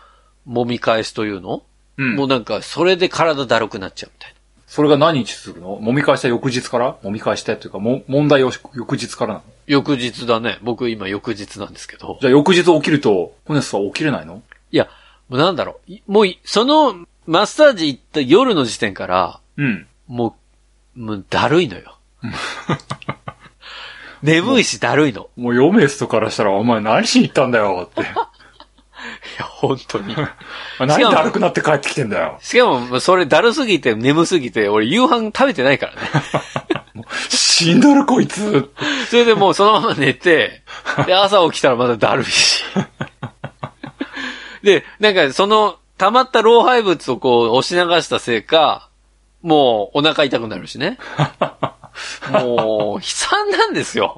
う、揉み返しというの、うん。もうなんか、それで体だるくなっちゃうみたいな。それが何日続くの揉み返した翌日から揉み返したというか、も、問題を翌日からなの翌日だね。僕今翌日なんですけど。じゃあ翌日起きると、ホネスは起きれないのいや、もうなんだろう。いもうい、その、マッサージ行った夜の時点から、うん。もう、もうだるいの [LAUGHS] よ。眠いしだるいの。もうヨメストからしたら、お前何しに行ったんだよ [LAUGHS] って。いや、本当 [LAUGHS] に。何で悪くなって帰ってきてんだよ。しかも、それだるすぎて、眠すぎて、俺夕飯食べてないからね。死んどるこいつ。 [LAUGHS] それでもうそのまま寝て、 [LAUGHS] で、朝起きたらまだだるいし。で、なんかその、溜まった老廃物をこう、押し流したせいか、もうお腹痛くなるし [LAUGHS] ね。もう、悲惨なんですよ。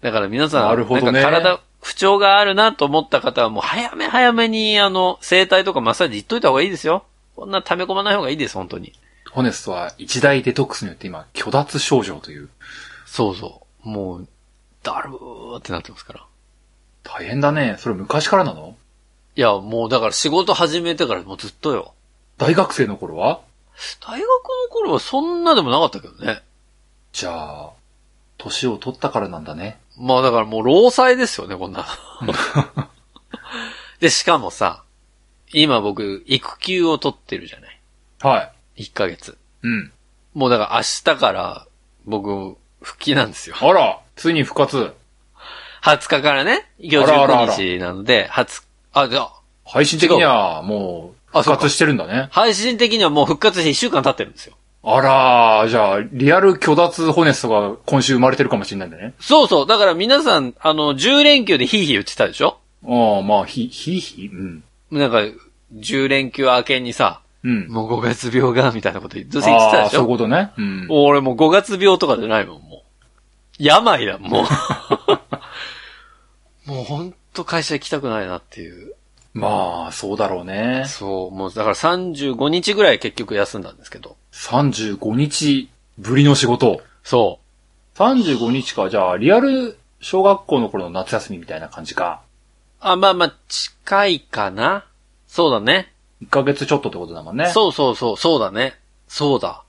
だから皆さん、なるほどねんか体、不調があるなと思った方は、もう早め早めに、あの、整体とかマッサージ行っといた方がいいですよ。こんな溜め込まない方がいいです、本当に。ホネストは一大デトックスによって今、虚脱症状という。そうそう。もう、だるーってなってますから。大変だね。それ昔からなのいや、もうだから仕事始めてからもうずっとよ。大学生の頃は大学の頃はそんなでもなかったけどね。じゃあ、年を取ったからなんだね。まあだからもう労災ですよね、こんなの。で、しかもさ、今僕、育休を取ってるじゃない。は1ヶ月。い。うん。もうだから明日から、僕、復帰なんですよ。あら、ついに復活。 20日からね、今日あらあらあら19日なので、20、あ、じゃあ、配信的には、もう、あそ復うか活してるんだね。配信的にはもう復活して1週間経ってるんですよ。あらー、じゃあ、リアル虚脱ホネストが今週生まれてるかもしれないんだね。そうそう。だから皆さん、あの、10連休でヒーヒー言ってたでしょああ、まあ、ひ、ひ、ひ、うん。なんか、10連休明けにさ、うん。もう5月病が、みたいなことずっと言ってたああ、でしそういうょことね。うん。俺もう5月病とかじゃないもん、もう。病だ、も [LAUGHS] う。もうほんと会社行きたくないなっていう。まあ、そうだろうね。そう、もうだから35日ぐらい結局休んだんですけど。 35日ぶりの仕事。そ35日か、じゃあ、リアル小学校の頃の夏休みみたいな感じか。う。あ、まあまあ、近いかな。そうだね。 1ヶ月ちょっとってことだもんね。う。そうそうそう、そうだね。そうだ。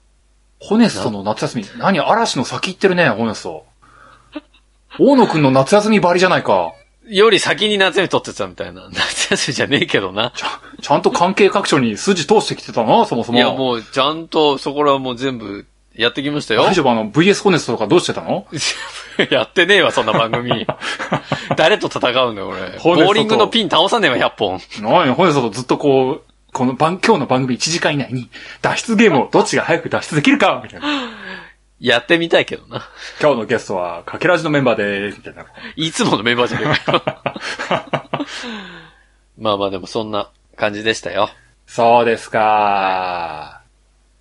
ホネストの夏休み、何嵐の先行ってるね、ホネスト。大野くんの夏休みばりじゃないか。より先に夏休み取ってたみたいな。 [LAUGHS] 夏休みじゃねえけどな。ちゃ、ちゃんと関係各所に筋通してきてたな、そもそいも。や、もう、ちゃんと、そこらはもう全部、やってきましたよ。大丈夫あの、VS ホネストとかどうしてたの [LAUGHS] やってねえわ、そんな番 [LAUGHS] 組。誰と戦うのよ、俺。ホネストとボーリングのピン倒さねえわ、100本。何ホネストとずっとこう、この番、今日の番組1時間以内に、脱出ゲームをどっちが早く脱出できるかみたいな。やってみたいけどな。今日のゲストは、かけらじのメンバーでーす、みたいな。いつものメンバーじゃねえかよ。 [LAUGHS] まあまあでもそんな感じでしたよ。そうですか。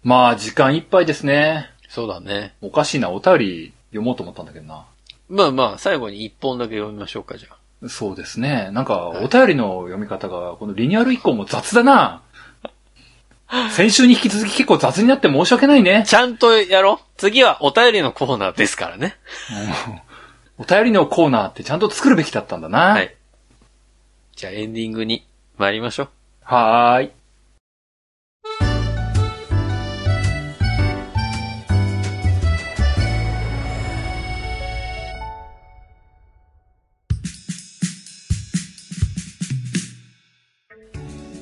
まあ、時間いっぱいですね。そうだね。おかしいな、お便り読もうと思ったんだけどな。まあまあ、最後に1本だけ読みましょうか、じゃあ。そうですね。なんか、お便りの読み方が、このリニューアル以降も雑だな。先週に引き続き [LAUGHS] 結構雑になって申し訳ないね。ちゃんとやろう。次はお便りのコーナーですからね。お便りのコーナーってちゃんと作るべきだったんだな。はい。じゃあエンディングに参りましょう。はーい。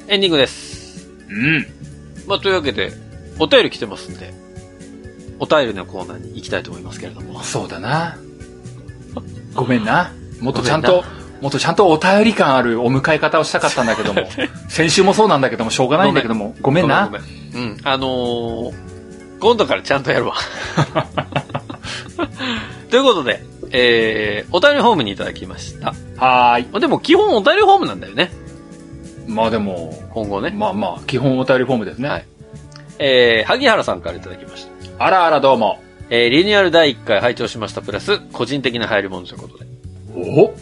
エンディングです。うん。まあ、というわけで、お便り来てますんで、お便りのコーナーに行きたいと思いますけれども。そうだな。ごめんな。もっとちゃんごめと、もっとちゃんとお便り感あるお迎え方をしたかったんだけども、 [LAUGHS] 先週もそうなんだけども、しょうがないんだけども、ごめんな。ごめんごめんうん。あのー、今度からちゃんとや [LAUGHS] るわ。ということで、えー、お便りホームにいただきました。はーい。まあでも基本お便りホームなんだよね。まあでも、今後ね。まあまあ、基本お便りフォームですね。はいえー、萩原さんからいただきました。あらあらどうも。えー、リニューアル第1回拝聴しましたプラス、個人的な流行り物ということで。お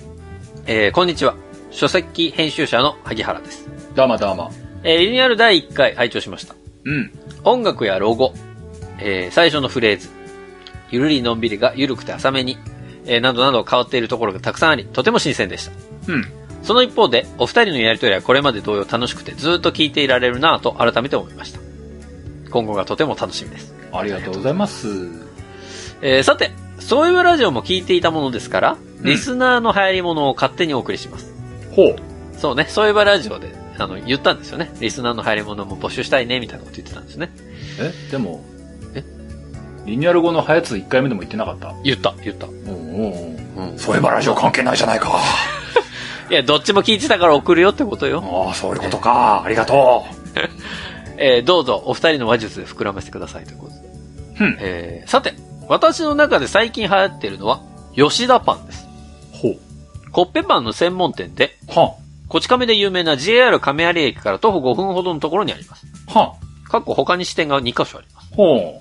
えー、こんにちは。書籍編集者の萩原です。どうもどうも。えー、リニューアル第1回拝聴しました。うん。音楽やロゴ、えー、最初のフレーズ、ゆるりのんびりがゆるくて浅めに、えー、などなど変わっているところがたくさんあり、とても新鮮でした。うん。その一方で、お二人のやりとりはこれまで同様楽しくてずっと聞いていられるなぁと改めて思いました。今後がとても楽しみです。ありがとうございます。えーさて、そういうラジオも聞いていたものですから、んリスナーの流行りものを勝手にお送りします。ほう。そうね、そういうラジオで、あの、言ったんですよね。リスナーの流行りものも募集したいね、みたいなこと言ってたんですね。え、でも、えリニューアル後のハヤツ1回目でも言ってなかった。言った、言った。うおうんん。そういえばラジオ関係ないじゃないか。いや、どっちも聞いてたから送るよってことよ。ああ、そういうことか。ありがとえーどうぞ、お二人の話術で膨らませてくださいということで。う。うん。えーさて、私の中で最近流行っているのは、吉田パンです。ほう。コッペパンの専門店で、はこち亀で有名な JR 亀有駅から徒歩5分ほどのところにあります。ん。はかっこ他に支店が2カ所あります。ん。ほ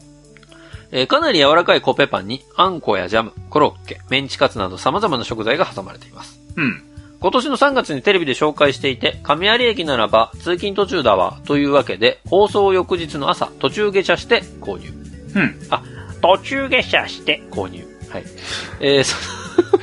えーかなり柔らかいコッペパンに、あんこやジャム、コロッケ、メンチカツなど様々な食材が挟まれています。う。うん。今年の3月にテレビで紹介していて、亀有駅ならば通勤途中だわ、というわけで、放送翌日の朝、途中下車して購入。うん。途中下車して購入。はい。えー、そ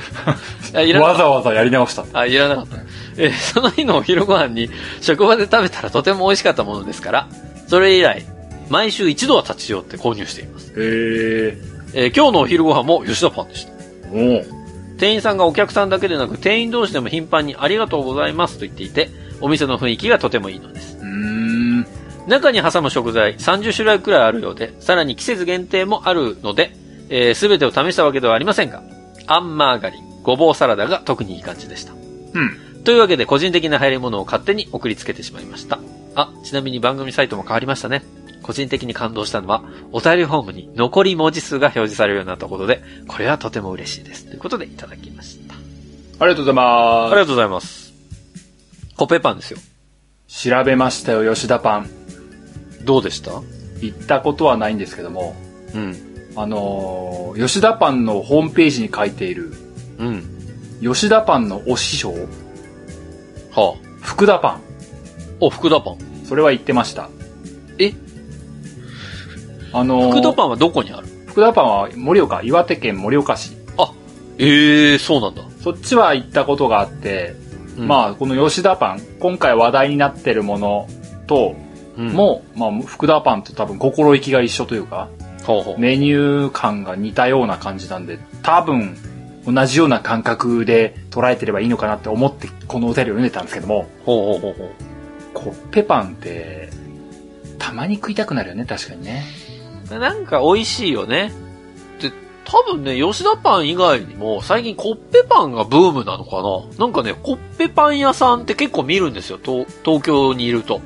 [LAUGHS] あ、いらなわかっざわざやり直した。た。あ、いらなかった。えーその日のお昼ご飯に職場で食べたらとても美味しかったものですから、それ以来、毎週一度は立ち寄って購入しています。へえ。えー今日のお昼ご飯も吉田パンでした。おう。店員さんがお客さんだけでなく店員同士でも頻繁にありがとうございますと言っていて、お店の雰囲気がとてもいいのです。うーん。中に挟む食材30種類くらいあるようで、さらに季節限定もあるので、す、え、べ、全てを試したわけではありませんが、あんマーガリン、ごぼうサラダが特にいい感じでした。うん。というわけで個人的な流行り物を勝手に送りつけてしまいました。あ、ちなみに番組サイトも変わりましたね。個人的に感動したのは、お便りフォームに残り文字数が表示されるようになったことで、これはとても嬉しいです。ということでいただきました。あありがとうございまりがとうございます。コッペパンですよ。す。調べましたよ、吉田パン。どうでした行ったことはないんですけども、うん。あのー吉田パンのホームページに書いている、うん。吉田パンのお師匠、は福田パあ。お、福田パン。ン。それは言ってました。えあのー福田パンはどこにある福田パンは盛岡、岩手県盛岡市。ええそうなんだ。そっちは行ったことがあって、まあ、この吉田パン、今回話題になってるものと、うん、も、まあ、福田パンと多分心意気が一緒というか、ほうほう。メニュー感が似たような感じなんで、多分、同じような感覚で捉えてればいいのかなって思って、このお便りを読んでたんですけども、ほうほうほうほコッペパンって、たまに食いたくなるよね、確かにね。うで。なんか美味しいよね。で、多分ね、吉田パン以外にも、最近コッペパンがブームなのかななんかね、コッペパン屋さんって結構見るんですよ、東東京にいると。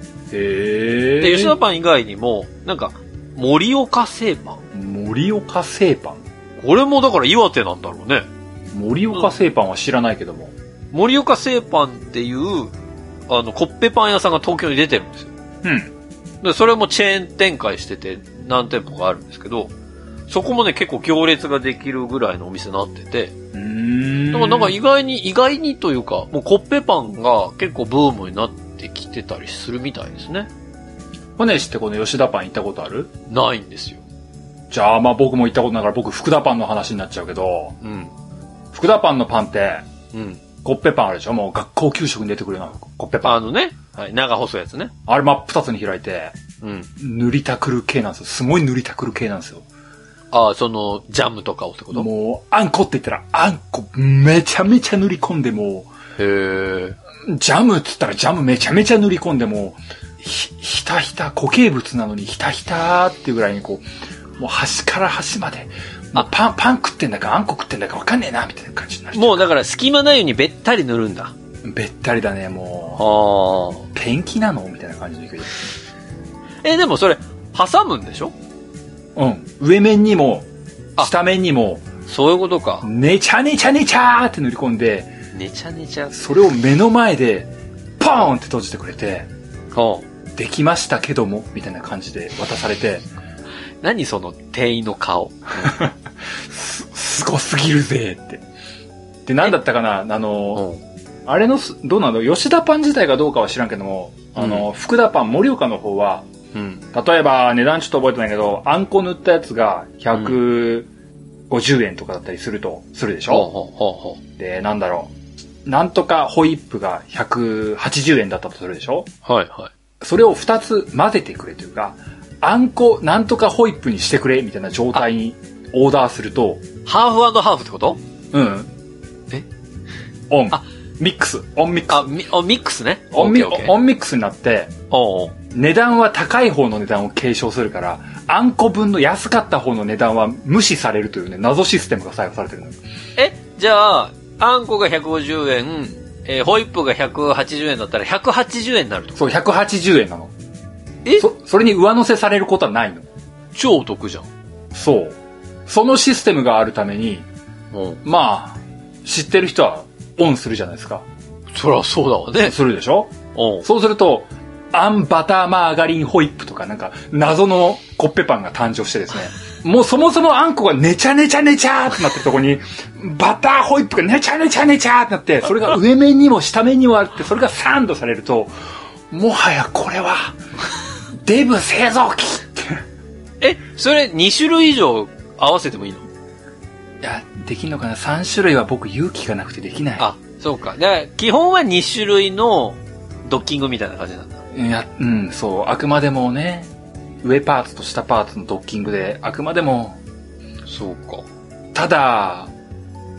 へで、吉田パン以外にも、なんか、盛岡製パン。盛岡製パン。これもだから岩手なんだろうね。盛岡製パンは知らないけども。盛岡製パンっていう、あの、コッペパン屋さんが東京に出てるんですよ。うん。で、それもチェーン展開してて、何店舗かあるんですけど、そこもね、結構行列ができるぐらいのお店になってて、うーん。だからなんか意外に、意外にというか、もうコッペパンが結構ブームになってきてたりするみたいですね。骨知ってこの吉田パン行ったことあるないんですよ。じゃあ、まあ僕も行ったことないから僕福田パンの話になっちゃうけど、うん。福田パンのパンって、うん。コッペパンあるでしょもう学校給食に出てくるようなコッペパン。あのね、はい。長細いやつね。あれ真っ二つに開いて、うん。塗りたくる系なんですよ。すごい塗りたくる系なんですよ。ああ、その、ジャムとかをってこともう、あんこって言ったら、あんこめちゃめちゃ塗り込んでもへえ。う、ジャムって言ったらジャムめちゃめちゃ塗り込んでもう、ひ、ひたひた、固形物なのにひたひたっていうぐらいにこう、もう端から端まで、もうパン、パン食ってんだかあんこ食ってんだかわかんねえな、みたいな感じになる。もうだから隙間ないようにべったり塗るんだ。べったりだね、もああ。う。ペンキなのみたいな感じの勢いで。え、でもそれ、挟むんでしょうん。上面にも、あ下面にも、そういうことか。ねちゃねちゃねちゃーって塗り込んで、ねちゃねちゃ。それを目の前で、ポーンって閉じてくれて、ほできましたけども、みたいな感じで渡されて、う。何その店員の顔。す、すごすぎるぜって。で、なんだったかなあうの、ん。あれのす、どうなの吉田パン自体がどうかは知らんけども、あの、福田パン、盛岡の方は、うん。例えば値段ちょっと覚えてないけど、あんこ塗ったやつが150円とかだったりすると、するでしほうょ、ほうほうほで、なんだろう。なんとかホイップが180円だったとするでしょう。はいはい。それを2つ混ぜてくれというか、あんこなんとかホイップにしてくれみたいな状態にオーダーすると、ハーフハーフってことうん。えオンあ。ミックス。オンミックあ、ス。みあミックスね。オンミオッケーオッケーオンミックスになって、おうおう値段は高い方の値段を継承するから、あんこ分の安かった方の値段は無視されるというね、謎システムが採用されてるのよ。え、じゃあ、あんこが150円、えーホイップが180円だったら180円になると。そう、180円なの。えそ、それに上乗せされることはないの。超お得じゃん。そう。そのシステムがあるために、うん。まあ、知ってる人はオンするじゃないですか。そりゃそうだわね。するでしょおうそうすると、アンバターマーガリンホイップとかなんか謎のコッペパンが誕生してですね。もうそもそもあんこがねちゃねちゃねちゃーってなってるとこに、バターホイップがねちゃねちゃねちゃーってなって、それが上面にも下面にもあって、それがサンドされると、もはやこれは、デブ製造機って。え、それ2種類以上合わせてもいいのいや、できんのかな ?3 種類は僕勇気がなくてできない。あ、そうか。だから基本は2種類のドッキングみたいな感じなんだ。いや、うん、そう、あくまでもね、上パーツと下パーツのドッキングで、あくまでも、そうか。ただ、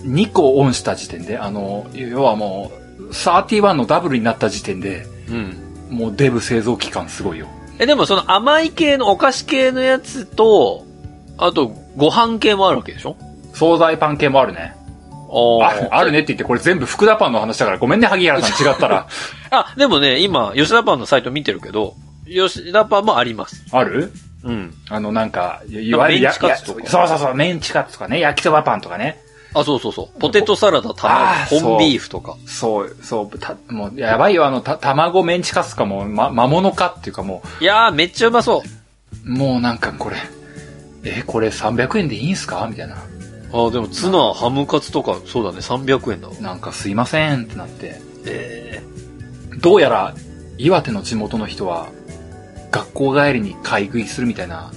2個オンした時点で、あの、要はもう、31のダブルになった時点で、うん。もうデブ製造期間すごいよ。え、でもその甘い系のお菓子系のやつと、あとご飯系もあるわけでしょ惣菜パン系もあるね。あああるねって言って、これ全部福田パンの話だから、ごめんね、萩原さん、違っ [LAUGHS] たら。あ、でもね、今、吉田パンのサイト見てるけど、吉田パンもあります。あるうん。あの、なんか、いいわゆるや、メンチカツとかやそうそうそう、メンチカツとかね、焼きそばパンとかね。あ、そうそうそう。ポテトサラダ、あー卵、コンビーフとか。そう、そう、た、もう、やばいよ、あの、た、卵メンチカツかも、ま、魔物かっていうかもう、いやー、めっちゃうまそう。もうなんかこれ、え、これ300円でいいんすかみたいな。あー、でもツナ、ハムカツとか、そうだね、300円だわ。なんかすいませんってなって。えどうやら、岩手の地元の人は、学校帰りに買い食いするみたいな、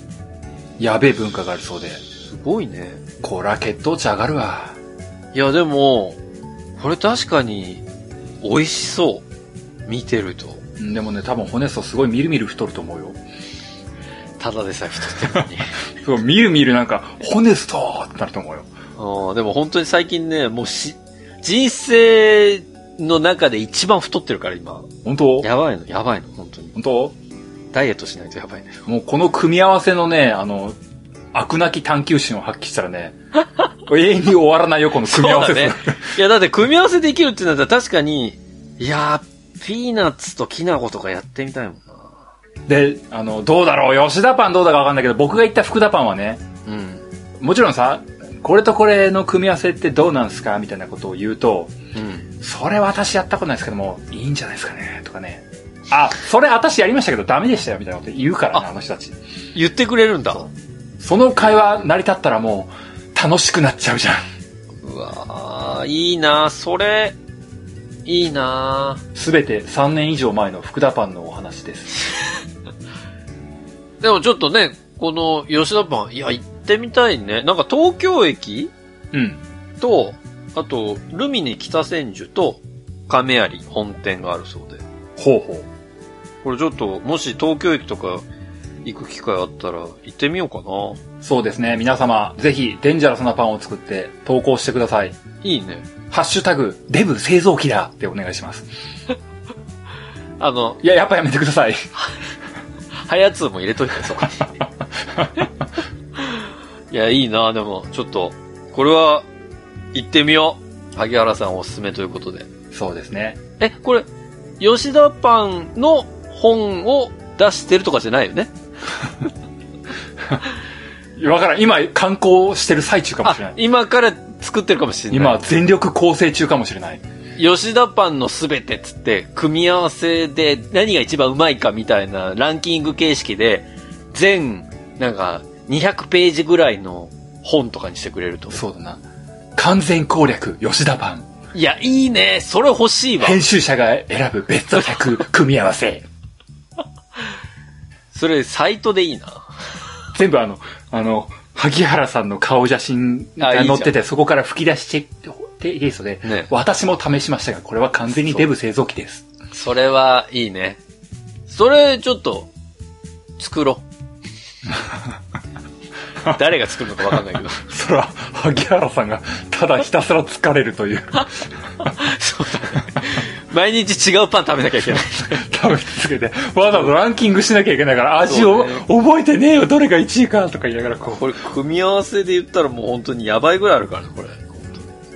やべえ文化があるそうで、ー、すごいね。こら血糖値上がるわ。いや、でも、これ確かに、美味しそう。見てると。うんでもね、多分骨粗すごいみるみる太ると思うよ。ただでさえ太ってるのに。そう、みるみるなんか、骨太ーってなると思うよ。あーでも本当に最近ね、もうし、人生の中で一番太ってるから今。本当やばいの、やばいの、本当に。本当ダイエットしないとやばいね。もうこの組み合わせのね、あの、悪なき探求心を発揮した [LAUGHS] らね、永遠に終わらないよ、この組み合わ [LAUGHS] せそうだね。いや、だって組み合わせできるってなったら確かに、いやー、ピーナッツときな粉とかやってみたいもんな。で、あの、どうだろう、吉田パンどうだかわかんないけど、僕が言った福田パンはね、うん。もちろんさ、これとこれの組み合わせってどうなんすかみたいなことを言うと、うん。それ私やったことないですけども、いいんじゃないですかねとかね。あ、それ私やりましたけどダメでしたよみたいなこと言うからね、あの人たち。言ってくれるんだ。その会話成り立ったらもう、楽しくなっちゃうじゃん。うわー、いいなー、それ、いいなー。すべて3年以上前の福田パンのお話です。でもちょっとね、この吉田パン、いや、行ってみたいね。なんか東京駅うん。と、あと、ルミネ北千住と、亀有本店があるそうで。ほうほう。これちょっと、もし東京駅とか行く機会あったら行ってみようかな。そうですね。皆様、ぜひ、デンジャラスなパンを作って投稿してください。いいね。ハッシュタグ、デブ製造機だってお願いします。あの、いや、やっぱやめてください。はやつも入れといて、そこに。いや、いいな、でも、ちょっと、これは、行ってみよう。萩原さんおすすめということで。そうですね。え、これ、吉田パンの本を出してるとかじゃないよね。わからん。今、観光してる最中かもあしれない、。今から作ってるかもしれ今なは全力構成中かもしれない。い。吉田パンのすべてっつって、組み合わせで何が一番うまいかみたいなランキング形式で、全、なんか、200ページぐらいの本とかにしてくれると。そうだな。完全攻略、吉田版。いや、いいね。それ欲しいわ。編集者が選ぶベスト100組 [LAUGHS] み合わせ。それ、サイトでいいな。全部あの、あの、萩原さんの顔写真があいいじゃん載ってて、そこから吹き出して、テイストで、ね私も試しましたが、これは完全にデブ製造機です。それはいいね。それ、ちょっと、作ろう。 [LAUGHS] 誰が作るのかわかんないけど。それは、萩原さんが、ただひたすら疲れるという、そうだね。毎日違うパン食べなきゃいけない。食べ続けて、わざわざランキングしなきゃいけないから、味そをうね覚えてねえよ、どれが1位か、とか言いながら、こう。これ、組み合わせで言ったらもう本当にやばいぐらいあるからね、これ。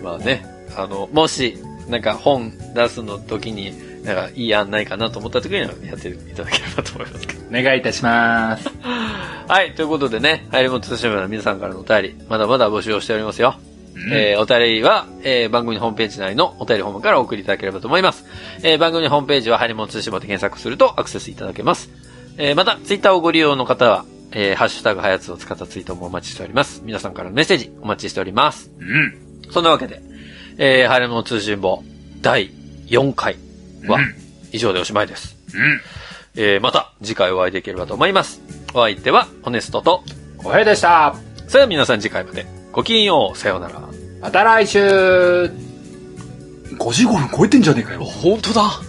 まあね、あの、もし、なんか本出すの時に、なんかいい案ないかなと思った時にはやっていただければと思いますけど。お願いいたします。はい、ということでね、入りも通信部の皆さんからのお便り、まだまだ募集をしておりますよ。んえーお便りは、えー番組のホームページ内のお便りホームからお送りいただければと思います。えー番組のホームページは、ハリモン通信簿で検索するとアクセスいただけます。えーまた、ツイッターをご利用の方は、えーハッシュタグハヤツを使ったツイートもお待ちしております。皆さんからのメッセージお待ちしております。うん。そんなわけで、えー、ハリモン通信簿第4回はうん、以上でおしまいです。うん。えーまた次回お会いできればと思います。お相手は、ホネストと、おへでした。それでは皆さん次回まで。ごきげんよう。さようなら。また来週 !55 分超えてんじゃねえかよ。本当だ。